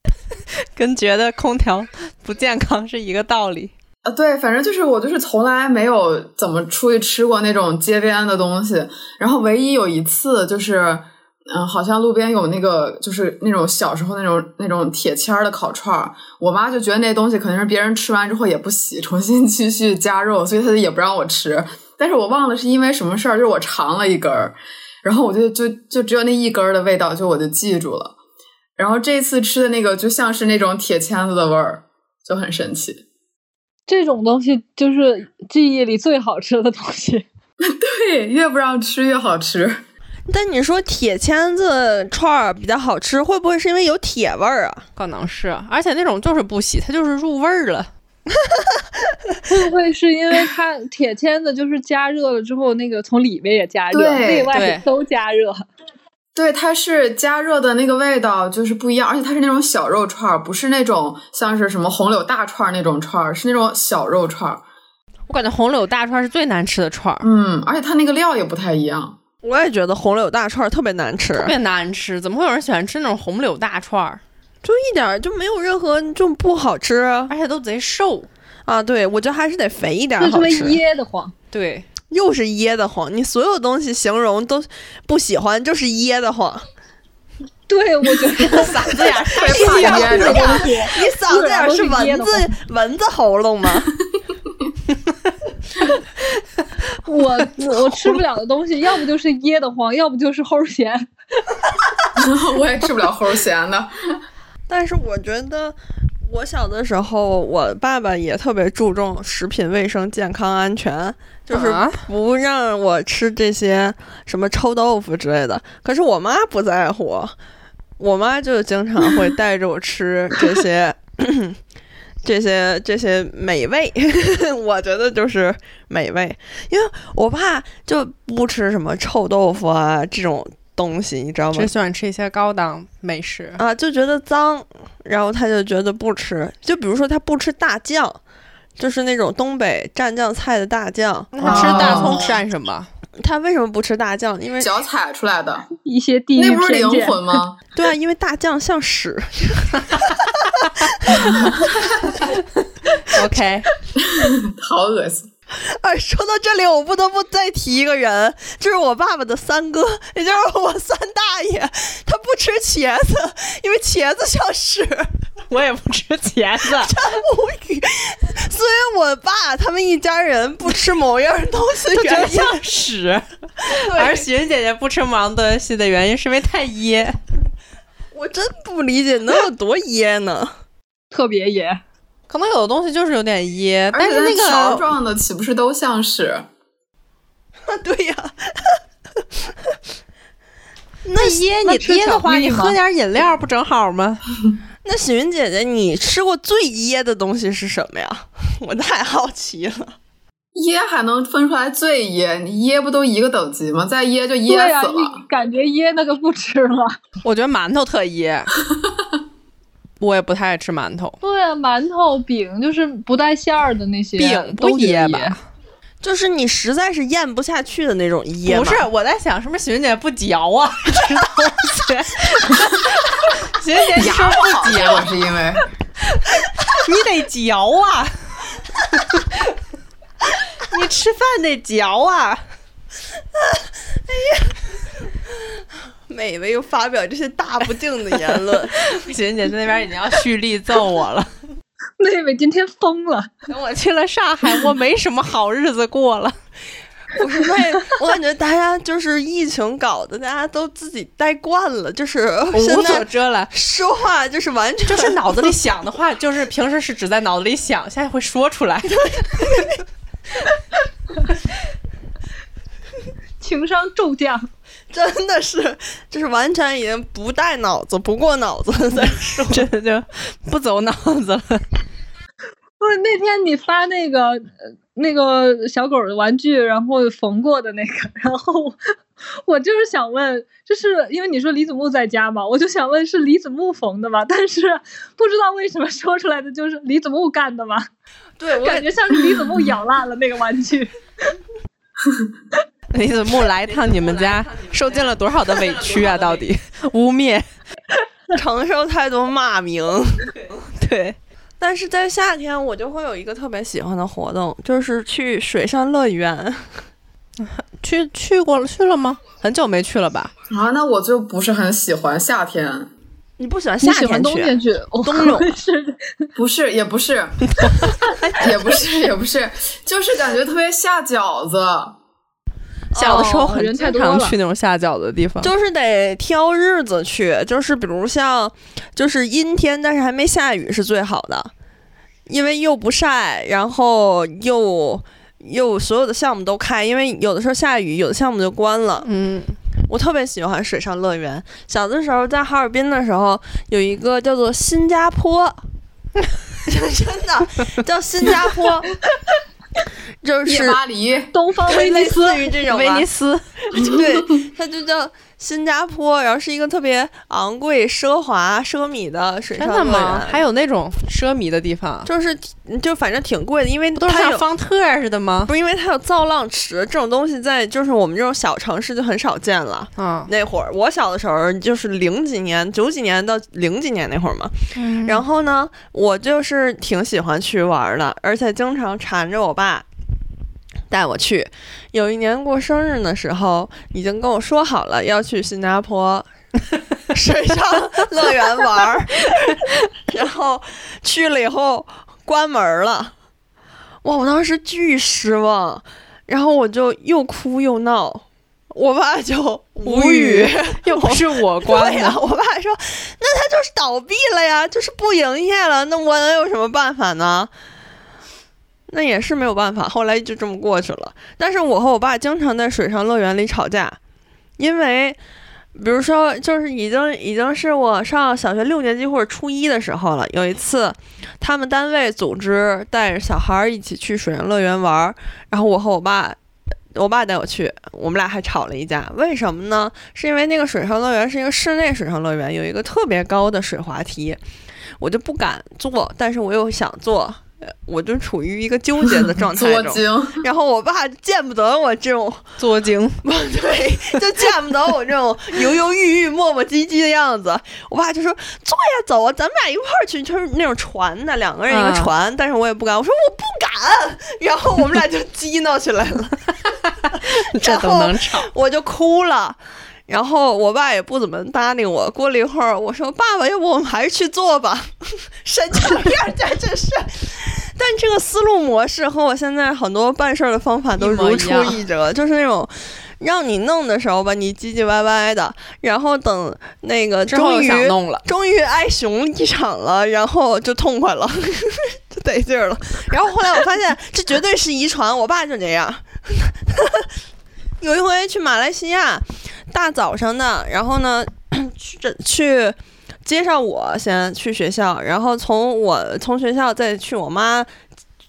Speaker 4: (laughs) 跟觉得空调不健康是一个道理。
Speaker 3: 啊，对，反正就是我就是从来没有怎么出去吃过那种街边的东西，然后唯一有一次就是，嗯，好像路边有那个就是那种小时候那种那种铁签儿的烤串儿，我妈就觉得那东西可能是别人吃完之后也不洗，重新继续加肉，所以她就也不让我吃。但是我忘了是因为什么事儿，就是我尝了一根儿，然后我就就就只有那一根儿的味道，就我就记住了。然后这次吃的那个就像是那种铁签子的味儿，就很神奇。
Speaker 5: 这种东西就是记忆里最好吃的东西。
Speaker 3: 对，越不让吃越好吃。
Speaker 1: 但你说铁签子串儿比较好吃，会不会是因为有铁味儿啊？
Speaker 4: 可能是，而且那种就是不洗，它就是入味儿了。
Speaker 5: 会不会是因为它铁签子就是加热了之后，那个从里面也加热，
Speaker 3: 对
Speaker 5: 内外
Speaker 4: 对
Speaker 5: 都加热？
Speaker 3: (laughs) 对，它是加热的那个味道就是不一样，而且它是那种小肉串儿，不是那种像是什么红柳大串儿那种串儿，是那种小肉串儿。
Speaker 4: 我感觉红柳大串是最难吃的串儿，
Speaker 3: 嗯，而且它那个料也不太一样。
Speaker 1: 我也觉得红柳大串儿特别难吃，
Speaker 4: 特别难吃，怎么会有人喜欢吃那种红柳大串儿？
Speaker 1: 就一点儿就没有任何就不好吃啊！
Speaker 4: 而且都贼瘦。
Speaker 1: 啊对，我觉得还是得肥一点
Speaker 5: 就
Speaker 1: 儿
Speaker 5: 特
Speaker 1: 好
Speaker 5: 别
Speaker 1: 吃。
Speaker 5: 噎得慌。
Speaker 4: 对，
Speaker 1: 又是噎得慌，你所有东西形容都不喜欢，就是噎得慌。
Speaker 5: 对，我觉
Speaker 3: (laughs)
Speaker 5: 得
Speaker 4: 嗓子眼儿特
Speaker 1: (laughs)
Speaker 4: 别
Speaker 3: 怕噎着
Speaker 1: 你嗓子眼儿是蚊
Speaker 5: 对然后
Speaker 1: 子蚊子喉咙吗？
Speaker 5: 我我吃不了的东西，要不就是噎得慌，要不就是齁咸。
Speaker 3: (laughs) 我也吃不了齁咸的。
Speaker 1: 但是我觉得，我小的时候，我爸爸也特别注重食品卫生、健康安全，就是
Speaker 4: 啊
Speaker 1: 不让我吃这些什么臭豆腐之类的。可是我妈不在乎，我妈就经常会带着我吃这些。 (clears throat) 这些这些美味， (laughs) 我觉得就是美味，因为我爸就不吃什么臭豆腐啊这种东西，你知道吗
Speaker 4: 只？喜欢吃一些高档美食。
Speaker 1: 啊，就觉得脏，然后他就觉得不吃。就比如说他不吃大酱，就是那种东北蘸酱菜的大酱，啊
Speaker 4: 那他吃大葱蘸什么？
Speaker 1: 他为什么不吃大酱？因为
Speaker 3: (laughs) 脚踩出来的，
Speaker 5: 一些地域
Speaker 3: 那不是
Speaker 5: 偏
Speaker 3: 灵
Speaker 5: 见，
Speaker 3: 魂吗？
Speaker 1: 对啊，因为大酱像屎。
Speaker 4: (laughs) OK，
Speaker 3: (laughs) 好恶心！
Speaker 1: (laughs) 哎，说到这里，我不得不再提一个人，就是我爸爸的三哥，也就是我三大爷，他不吃茄子，因为茄子像屎。 (laughs)
Speaker 4: 我也不吃茄子，
Speaker 1: 无语，所以我爸他们一家人不吃某样东 (laughs) 西的
Speaker 4: 就觉得
Speaker 1: 原因，
Speaker 4: 像 (laughs) 屎。而雪姐姐不吃芒顿系的原因是因为太噎。
Speaker 1: 我真不理解能有多噎呢。
Speaker 5: 特别噎。
Speaker 4: 可能有的东西就是有点噎，
Speaker 3: 而
Speaker 4: 但
Speaker 3: 且
Speaker 4: 是那
Speaker 3: 那条
Speaker 4: 个
Speaker 3: 状的岂不是都像是？
Speaker 1: (laughs) 对呀、
Speaker 4: 那噎
Speaker 5: 那
Speaker 4: 你
Speaker 5: 吃
Speaker 4: 噎的
Speaker 5: 巧克
Speaker 4: 话，
Speaker 5: 力
Speaker 4: 你
Speaker 5: 吗
Speaker 4: 喝点饮料不正好吗？
Speaker 1: 那喜云姐姐，你吃过最噎的东西是什么呀？我太好奇了。
Speaker 3: 噎还能分出来最噎，你噎不都一个等级吗？再噎就噎
Speaker 5: 对呀、
Speaker 4: 啊
Speaker 3: 死了。
Speaker 5: 你感觉噎那个不吃了。
Speaker 4: 我觉得馒头特 (laughs) 噎，我也不太爱吃馒头。
Speaker 5: (laughs) 对啊，馒头、饼就是不带馅儿的那些，
Speaker 4: 饼不
Speaker 5: 都觉得
Speaker 4: 噎吧
Speaker 5: 噎 (laughs)
Speaker 1: 就是你实在是咽不下去的那种噎吗，
Speaker 4: 不是，我在想是不是雪姐不嚼啊？ (laughs) 吃东 (laughs) 西，雪姐你
Speaker 3: 牙
Speaker 4: 说
Speaker 3: 不好
Speaker 4: 不
Speaker 3: 结
Speaker 4: 嚼，
Speaker 3: 果是因为
Speaker 4: 你得嚼啊！ (laughs) 你吃饭得嚼啊！ (laughs)
Speaker 1: 美味又发表这些大不敬的言论，
Speaker 4: 雪姐在那边已经要蓄力揍我了。
Speaker 5: 妹妹今天疯了，
Speaker 4: 等我去了上海，我没什么好日子过 (laughs) 了。
Speaker 1: (laughs) 不是为我感觉大家就是疫情搞的，大家都自己待惯了，就是现
Speaker 4: 无所
Speaker 1: 在
Speaker 4: 遮 (laughs) 拦，
Speaker 1: (laughs) 说话就是完全
Speaker 4: 就是脑子里想的话，就是平时是只在脑子里想，现在会说出 (laughs) 来。
Speaker 5: 情商骤降。
Speaker 1: 真的是就是完全已经不带脑子、不过脑子在说。
Speaker 4: 真的就不走脑子了。 (laughs)
Speaker 5: 不是那天你发那个呃那个小狗的玩具，然后缝过的那个，然后我就是想问，就是因为你说李子木在家嘛，我就想问是李子木缝的吗？但是不知道为什么说出来的就是李子木干的嘛，
Speaker 1: 对，我也
Speaker 5: 感觉像是李子木咬烂了那个玩 (laughs) 具。
Speaker 4: 李子木来一趟你们 (laughs) 家，受尽了多少的委屈啊？到底污蔑？
Speaker 1: 承受太多骂名。
Speaker 4: 对，
Speaker 1: 但是在夏天，我就会有一个特别喜欢的活动，就是去水上乐园。
Speaker 4: 去去过了，去了吗？很久没去了吧？
Speaker 3: 啊，那我就不是很喜欢夏天，
Speaker 1: 你不喜欢
Speaker 5: 你
Speaker 1: 夏
Speaker 5: 喜
Speaker 1: 天
Speaker 5: 欢冬
Speaker 1: 去？啊
Speaker 5: 天去，我
Speaker 1: 冬泳
Speaker 5: 是
Speaker 3: 不是也不是， (laughs) 也不是也不是，就是感觉特别下饺子。
Speaker 4: 小的时候很
Speaker 5: 人太
Speaker 4: 经
Speaker 5: 多
Speaker 4: 常
Speaker 5: 了
Speaker 4: 去那种下饺子的地方，
Speaker 1: 就是得挑日子去，就是比如像，就是阴天但是还没下雨是最好的，因为又不晒，然后又又所有的项目都开，因为有的时候下雨，有的项目就关了。
Speaker 4: 嗯，
Speaker 1: 我特别喜欢水上乐园。小的时候在哈尔滨的时候，有一个叫做新加
Speaker 4: (laughs)
Speaker 1: 坡，真的叫新加
Speaker 4: (laughs)
Speaker 1: 坡，就
Speaker 3: 夜
Speaker 1: 是
Speaker 3: 巴黎，
Speaker 5: 东方威
Speaker 1: 类
Speaker 5: 尼斯
Speaker 1: 似于这种吧
Speaker 4: 威尼斯，
Speaker 1: 对，它就叫新加坡，然后是一个特别昂贵、奢华、奢靡的水
Speaker 4: 真
Speaker 1: 上
Speaker 4: 的
Speaker 1: 乐
Speaker 4: 吗？还
Speaker 1: 园，
Speaker 4: 有那种奢靡的地方，
Speaker 1: 就是就反正挺贵的，因为
Speaker 4: 不都是
Speaker 1: 它
Speaker 4: 像
Speaker 1: 有
Speaker 4: 方特儿似的吗？
Speaker 1: 不是因为它有造浪池这种东西在，就是我们这种小城市就很少见了。
Speaker 4: 啊，
Speaker 1: 那会儿我小的时候就是零几年、九几年到零几年那会儿嘛，
Speaker 4: 嗯然后
Speaker 1: 然后呢，我就是挺喜欢去玩儿的，而且经常缠着我爸带我去。有一年过生日的时候，已经跟我说好了要去新加
Speaker 4: (laughs)
Speaker 1: 坡水上乐园玩儿， (laughs) 然后去了以后关门儿了，哇！我当时巨失望，然后我就又哭又闹，我爸就无
Speaker 4: 无
Speaker 1: (laughs)
Speaker 4: 语
Speaker 1: 语
Speaker 4: 又不是我关
Speaker 1: 对呀、
Speaker 4: 的，
Speaker 1: 我爸说，那他就是倒闭了呀，就是不营业了，那我能有什么办法呢？那也是没有办法，后来就这么过去了。但是我和我爸经常在水上乐园里吵架，因为，比如说，就是已经已经是我上小学六年级或者初一的时候了。有一次，他们单位组织带着小孩儿一起去水上乐园玩儿，然后我和我爸，我爸带我去，我们俩还吵了一架。为什么呢？是因为那个水上乐园是一个室内水上乐园，有一个特别高的水滑梯，我就不敢坐，但是我又想坐，呃我就处于一个纠结的状态
Speaker 3: (laughs) 作
Speaker 1: 中。
Speaker 3: 精，
Speaker 1: 然后我爸见不得我这种 (laughs)
Speaker 4: 作精，
Speaker 1: 对，就见不得我这种犹犹豫豫、磨磨唧唧的样子。我爸就说：“坐呀，走啊，咱们俩一块儿去。”就是那种船的，两个人一个
Speaker 4: 嗯
Speaker 1: 船，但是我也不敢，我说我不敢，然后我们俩就 (laughs) 激闹起来了，
Speaker 4: 这都能吵，
Speaker 1: 我就哭了。然后我爸也不怎么搭理我。过了一会儿，我说：“爸爸，要不我们还是去做吧？” (laughs) 神经病儿，简直是！但这个思路模式和我现在很多办事儿的方法都
Speaker 4: 一模
Speaker 1: 如
Speaker 4: 一
Speaker 1: 出
Speaker 4: 样
Speaker 1: 一辙，就是那种让你弄的时候吧，你唧唧歪歪的，然后等那个
Speaker 4: 之后
Speaker 1: 终
Speaker 4: 又
Speaker 1: 于
Speaker 4: 想弄了，
Speaker 1: 终于挨熊一场了，然后就痛快了， (laughs) 就得劲儿了。然后后来我发现这绝对是遗传，我爸就这样。 (laughs) 有一回去马来西亚，大早上的，然后呢， (clears throat) 去这去接上我先去学校，然后从我从学校再去我妈，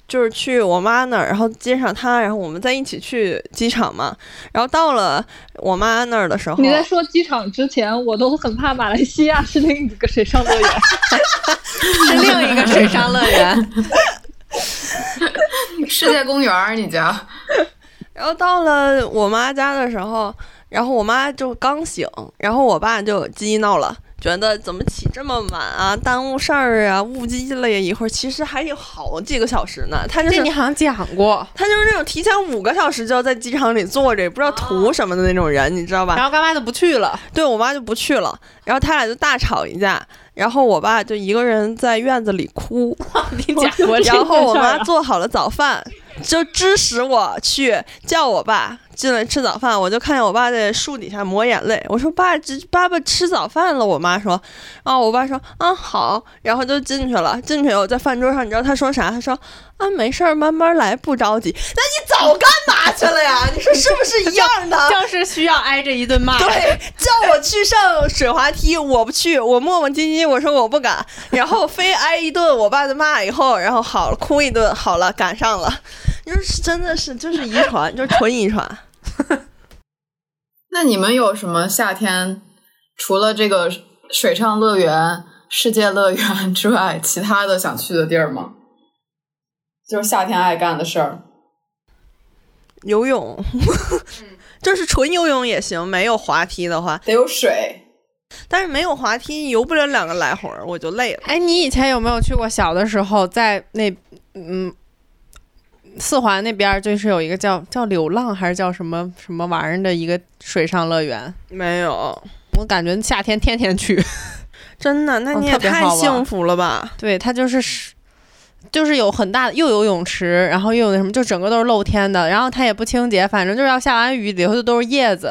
Speaker 1: 就是去我妈那儿，然后接上她，然后我们再一起去机场嘛。然后到了我妈那儿的时候，
Speaker 5: (laughs) 你在说机场之前，我都很怕马来西亚是另一个水上乐园。
Speaker 4: (laughs) 是另一个水上乐园，
Speaker 3: 世界公园儿，你家。
Speaker 1: 然后到了我妈家的时候，然后我妈就刚醒，然后我爸就激闹了，觉得怎么起这么晚啊，耽误事儿啊，误机了呀一会儿，其实还有好几个小时呢。他就
Speaker 4: 这
Speaker 1: 是啊
Speaker 4: 你好像讲过。
Speaker 1: 他就是那种提前五个小时就要在机场里坐着，也不知道图什么的那种人，你知道吧？
Speaker 4: 然后干妈就不
Speaker 1: (laughs)
Speaker 4: 去了，
Speaker 1: 对我妈就不去了，然后他俩就大吵一架，然后我爸就一个人在院子里哭，
Speaker 4: 你讲过这
Speaker 1: 然
Speaker 4: 个
Speaker 1: 后我
Speaker 4: 事儿
Speaker 1: 妈
Speaker 4: 啊
Speaker 1: 做好了早饭，就支使我去叫我爸进来吃早饭。我就看见我爸在树底下抹眼泪，我说爸，这爸爸吃早饭了。我妈说，啊，我爸说，啊好，然后就进去了。进去以后在饭桌上，你知道他说啥？他说啊没事儿，慢慢来，不着急。那你早干嘛去了呀？你说是不是一样的？
Speaker 4: 就是需要挨着一顿 (laughs) 骂。
Speaker 1: 对，叫我去上水滑梯，我不去，我磨磨唧唧，我说我不敢，然后非挨一顿我爸的骂以后，然后好了哭一顿，好了赶上了，就是真的是就是遗传，就是纯遗传。
Speaker 3: 那你们有什么夏天除了这个水上乐园、世界乐园 (laughs) 之外，其他的想去的地儿吗？就是夏天爱干的事儿。
Speaker 1: (laughs) 游泳，就是纯游泳也行，没有滑梯的话，
Speaker 3: 得有水，
Speaker 1: 但是没有滑梯游不了两个来回儿，我就累了。
Speaker 4: 哎，你以前有没有去过？小的时候在那嗯。四环那边儿就是有一个叫叫流浪还是叫什么什么玩意儿的一个水上乐园，
Speaker 1: 没有，
Speaker 4: 我感觉夏天天天去。
Speaker 1: 真的，那
Speaker 4: 嗯
Speaker 1: 你也
Speaker 4: 特别
Speaker 1: 太
Speaker 4: 好玩
Speaker 1: 幸福了吧？
Speaker 4: 对，它就是就是有很大的，又有泳池，然后又有那什么，就整个都是露天的，然后它也不清洁，反正就是要下完雨里头就都是叶子，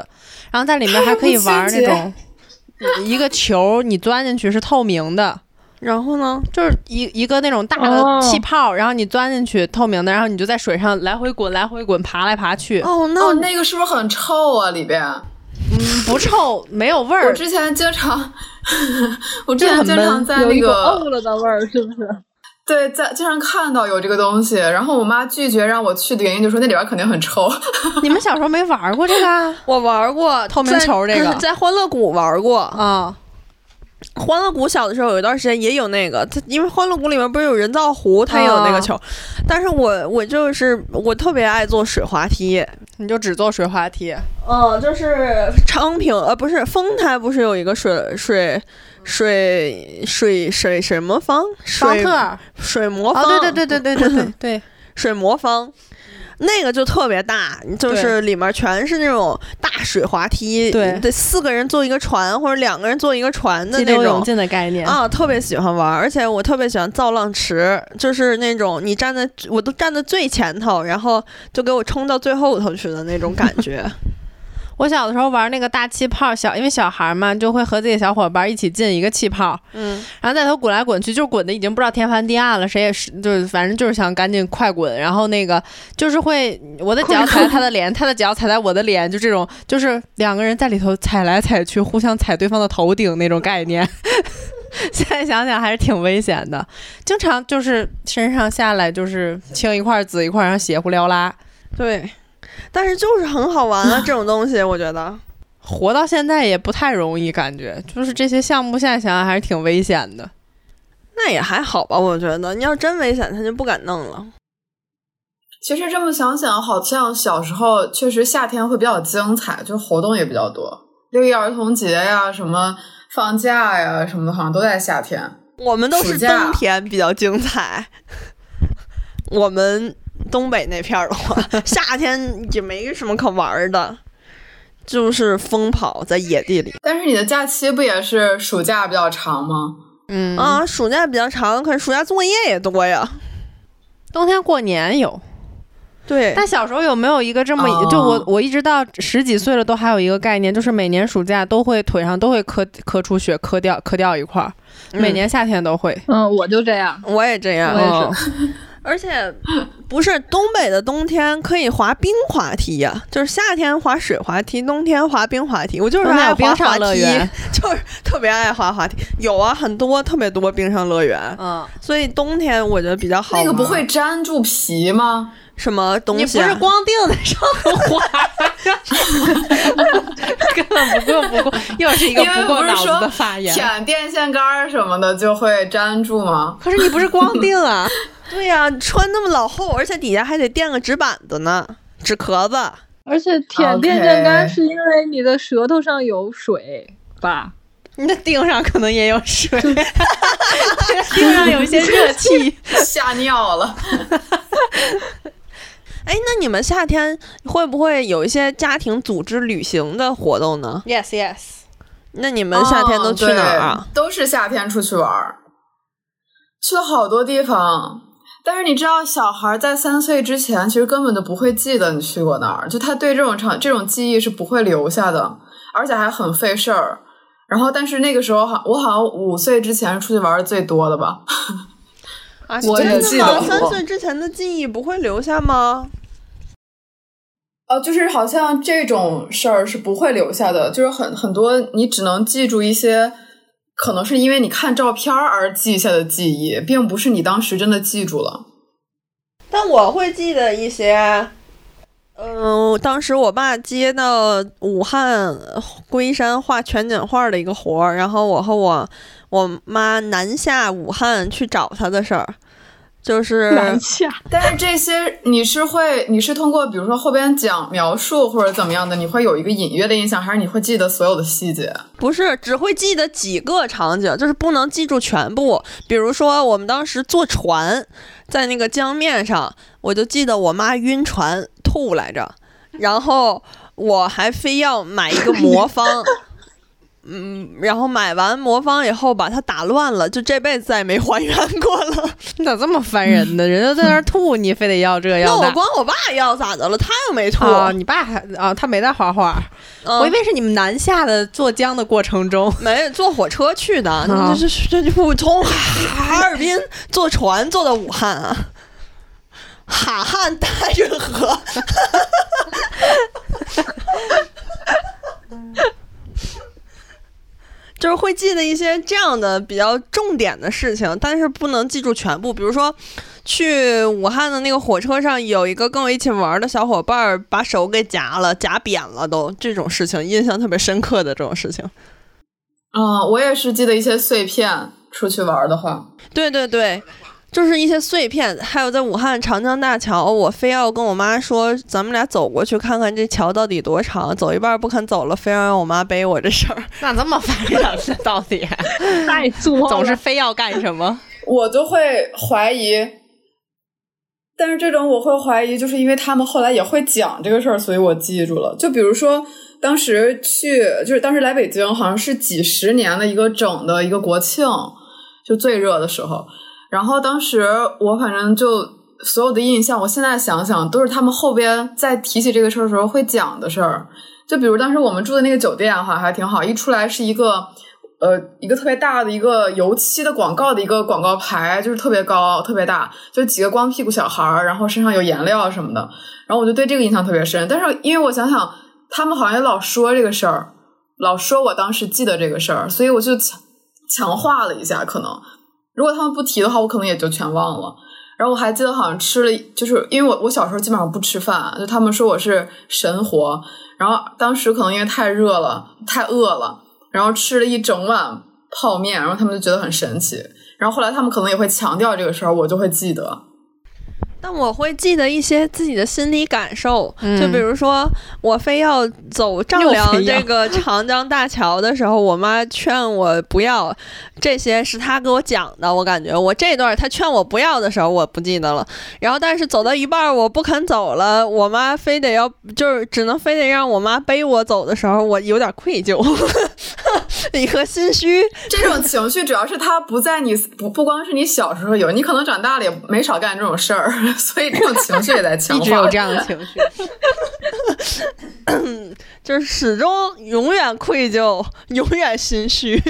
Speaker 4: 然后在里面还
Speaker 1: (laughs)
Speaker 4: 可以玩那种一个球，你钻进去是透明的，
Speaker 1: 然后呢？
Speaker 4: 就是一一个那种大的
Speaker 5: 哦
Speaker 4: 气泡，然后你钻进去透明的，然后你就在水上来回滚来回滚爬来爬去，
Speaker 1: 哦，那
Speaker 3: 哦，那个是不是很臭啊？里边
Speaker 4: 嗯，不臭，没有味
Speaker 3: 我
Speaker 4: 儿，
Speaker 3: 之前经常，我之
Speaker 4: 就
Speaker 3: 前
Speaker 4: 很
Speaker 3: 经常
Speaker 4: 闷
Speaker 3: 在
Speaker 5: 有
Speaker 3: 那
Speaker 5: 一股
Speaker 3: 个
Speaker 4: 哦
Speaker 5: 呕了的味儿，是不是？
Speaker 3: 对，在经常看到有这个东西，然后我妈拒绝让我去的原因就是那里边肯定很臭。 (laughs)
Speaker 4: 你们小时候没玩过这个啊？
Speaker 1: (laughs) 我玩过
Speaker 4: 透明
Speaker 1: 在
Speaker 4: 球这个
Speaker 1: 在欢乐谷玩过。
Speaker 4: 啊
Speaker 1: 欢乐谷小的时候有一段时间也有那个，它因为欢乐谷里面不是有人造湖，它也有那
Speaker 4: 啊
Speaker 1: 个球。但是我我就是我特别爱坐水滑梯，
Speaker 4: 你就只做水滑梯，哦
Speaker 1: 嗯，就是昌平呃不是丰台不是有一个水水水水水什么方
Speaker 4: 方
Speaker 1: 水
Speaker 4: 特啊，
Speaker 1: 水魔方、
Speaker 4: 对对对对对对对对，
Speaker 1: 水魔方。那个就特别大，就是里面全是那种大水滑梯，
Speaker 4: 对
Speaker 1: 得四个人坐一个船或者两个人坐一个船的 (laughs)
Speaker 4: 激
Speaker 1: 那
Speaker 4: 流勇
Speaker 1: 种。
Speaker 4: 进的概念。
Speaker 1: 啊，特别喜欢玩儿，而且我特别喜欢造浪池，就是那种你站在我都站在最前头，然后就给我冲到最后头去的那种感
Speaker 3: (laughs)
Speaker 1: 觉。
Speaker 4: 我小的时候玩那个大气泡，小因为小孩嘛，就会和自己的小伙伴一起进一个气泡，
Speaker 1: 嗯，
Speaker 4: 然后在头滚来滚去，就滚的已经不知道天翻地暗了，谁也是就是反正就是想赶紧快滚，然后那个就是会我的脚踩在他的脸，他的脚踩在我的脸，就这种就是两个人在里头踩来踩去，互相踩对方的头顶那种概念。 (laughs) 现在想想还是挺危险的，经常就是身上下来就是青一块儿紫一块儿，然后血呼撩拉。
Speaker 1: 对，但是就是很好玩啊，这种东西我觉得。
Speaker 4: 活到现在也不太容易，感觉就是这些项目现在想想还是挺危险的。
Speaker 1: 那也还好吧，我觉得你要真危险，他就不敢弄了。
Speaker 3: 其实这么想想，好像小时候确实夏天会比较精彩，就活动也比较多。六一儿童节呀、什么放假呀、什么的，好像都在夏天。
Speaker 1: 我们都是
Speaker 3: 暑假
Speaker 1: 冬天比较精彩，我们东北那片儿的话， (laughs) 夏天也没什么可玩儿的，就是疯跑在野地里。
Speaker 3: 但是你的假期不也是暑假比较长吗？
Speaker 4: 嗯啊，
Speaker 1: 啊，暑假比较长，可是暑假作业也多呀。
Speaker 4: 冬天过年有，
Speaker 1: 对，
Speaker 4: 但小时候有没有一个这么、
Speaker 3: 哦
Speaker 4: 就我我一直到十几岁了都还有一个概念，就是每年暑假都会腿上都会磕磕出血，磕掉磕掉一块儿，每年夏天都会。
Speaker 5: 嗯，我就这样。
Speaker 1: 我也这样
Speaker 5: 我，也是
Speaker 4: 嗯
Speaker 1: 而且不是东北的冬天可以滑冰滑梯呀、就是夏天滑水滑梯，冬天滑冰滑梯。我就是
Speaker 4: 那
Speaker 1: 爱滑
Speaker 4: 有冰
Speaker 1: 滑
Speaker 4: 上乐
Speaker 1: 梯
Speaker 4: 园，
Speaker 1: (laughs) 就是特别爱滑滑梯。有啊，很多特别多冰上乐园，
Speaker 4: 嗯，
Speaker 1: 所以冬天我觉得比较好
Speaker 3: 那
Speaker 1: 玩。
Speaker 3: 个不会粘住皮吗？
Speaker 1: 什么东
Speaker 4: 你
Speaker 1: 西、
Speaker 4: 不
Speaker 1: 啊，
Speaker 4: 是光腚在
Speaker 1: (laughs)
Speaker 4: 上头滑， (laughs) 根本不过不过，又是一个
Speaker 3: 因为
Speaker 4: 不过
Speaker 3: 不是
Speaker 4: 脑子
Speaker 3: 说
Speaker 4: 的发言。
Speaker 3: 舔电线杆儿什么的就会粘住吗？
Speaker 4: 可是你不是光腚啊，
Speaker 1: 对呀、你穿那么老厚，而且底下还得垫个纸板子呢，纸壳子。
Speaker 5: 而且舔电线
Speaker 3: OK
Speaker 5: 杆是因为你的舌头上有水
Speaker 4: (laughs)
Speaker 5: 吧？
Speaker 4: 你的腚上可能也有水，腚上有一些热气。
Speaker 3: (laughs) 吓尿了。
Speaker 1: 哎，那你们夏天会不会有一些家庭组织旅行的活动呢？
Speaker 4: Yes, yes。
Speaker 1: 那你们夏天都去哪儿
Speaker 3: 哦
Speaker 1: 啊？？
Speaker 3: 对都是夏天出去玩儿，去了好多地方。但是你知道，小孩在三岁之前，其实根本就不会记得你去过哪儿，就他对这种场这种记忆是不会留下的，而且还很费事儿。然后，但是那个时候好，我好像五岁之前出去玩的最多的吧。
Speaker 1: 啊，
Speaker 5: 我
Speaker 1: 真
Speaker 5: 也
Speaker 1: 的
Speaker 5: 记
Speaker 1: 吗？
Speaker 5: 得过
Speaker 1: 三岁之前的记忆不会留下吗？
Speaker 3: 哦，就是好像这种事儿是不会留下的，就是很很多你只能记住一些，可能是因为你看照片儿而记下的记忆，并不是你当时真的记住了。
Speaker 1: 但我会记得一些，嗯、当时我爸接到武汉龟山画全景画的一个活儿，然后我和我我妈南下武汉去找他的事儿，就是
Speaker 5: (laughs) 南下，
Speaker 3: 但是这些你是会，你是通过比如说后边讲描述或者怎么样的，你会有一个隐约的印象，还是你会记得所有的细节？
Speaker 1: 不是只会记得几个场景，就是不能记住全部。比如说，我们当时坐船在那个江面上，我就记得我妈晕船
Speaker 4: (laughs)
Speaker 1: 吐来着，然后我还非要买一个魔方。嗯，然后买完魔方以后把它打乱了，就这辈子再也没还原过了。
Speaker 4: 你咋这么烦人呢？人家在那儿吐，你非得要这
Speaker 1: 那
Speaker 4: 要
Speaker 1: 我
Speaker 4: (laughs) 那。
Speaker 1: 管我爸要咋的了？他又没吐，
Speaker 4: 啊，你爸还啊，他没在画画，
Speaker 1: 嗯
Speaker 4: 我以为是你们南下的坐江的过程中，
Speaker 1: 没坐火车去的，
Speaker 4: 啊
Speaker 1: 这这这不从哈尔滨坐船坐到武汉啊，哈汉大运河。 (laughs) 就是会记得一些这样的比较重点的事情，但是不能记住全部。比如说，去武汉的那个火车上，有一个跟我一起玩的小伙伴儿把手给夹了，夹扁了都，这种事情印象特别深刻的这种事情。
Speaker 3: 嗯，我也是记得一些碎片。出去玩的话，
Speaker 1: 对对对，就是一些碎片。还有在武汉长江大桥，我非要跟我妈说，咱们俩走过去看看这桥到底多长，走一半不肯走了，非要让我妈背我这事儿。
Speaker 4: 咋这么烦人呢？到底
Speaker 5: 太作
Speaker 4: 总是非要干什么？
Speaker 3: 我就会怀疑，但是这种我会怀疑，就是因为他们后来也会讲这个事儿，所以我记住了。就比如说，当时去，就是当时来北京，好像是几十年的一个整的一个国庆，就最热的时候。然后当时我反正就所有的印象，我现在想想都是他们后边在提起这个事儿的时候会讲的事儿。就比如当时我们住的那个酒店哈，还挺好，一出来是一个呃一个特别大的一个油漆的广告的一个广告牌，就是特别高、特别大，就几个光屁股小孩儿，然后身上有颜料什么的，然后我就对这个印象特别深。但是因为我想想，他们好像老说这个事儿，老说我当时记得这个事儿，所以我就强强化了一下。可能如果他们不提的话，我可能也就全忘了。然后我还记得好像吃了，就是因为我我小时候基本上不吃饭，就他们说我是神活，然后当时可能因为太热了，太饿了，然后吃了一整碗泡面，然后他们就觉得很神奇。然后后来他们可能也会强调这个事儿，我就会记得。
Speaker 1: 但我会记得一些自己的心理感受，就比如说我非要走丈
Speaker 4: 嗯又
Speaker 1: 量
Speaker 4: 非要
Speaker 1: 这个长江大桥的时候，我妈劝我不要，这些是她给我讲的。我感觉我这段她劝我不要的时候，我不记得了。然后但是走到一半儿我不肯走了，我妈非得要就是只能非得让我妈背我走的时候，我有点愧疚， (laughs) 一个心虚。
Speaker 3: 这种情绪主要是它不在你不不光是你小时候有，你可能长大了也没少干这种事儿， (laughs) 所以这种情绪也在强
Speaker 4: (laughs) 一
Speaker 3: 化。
Speaker 4: 直有这样的情绪，
Speaker 1: 就是始终永远愧疚，永远心虚。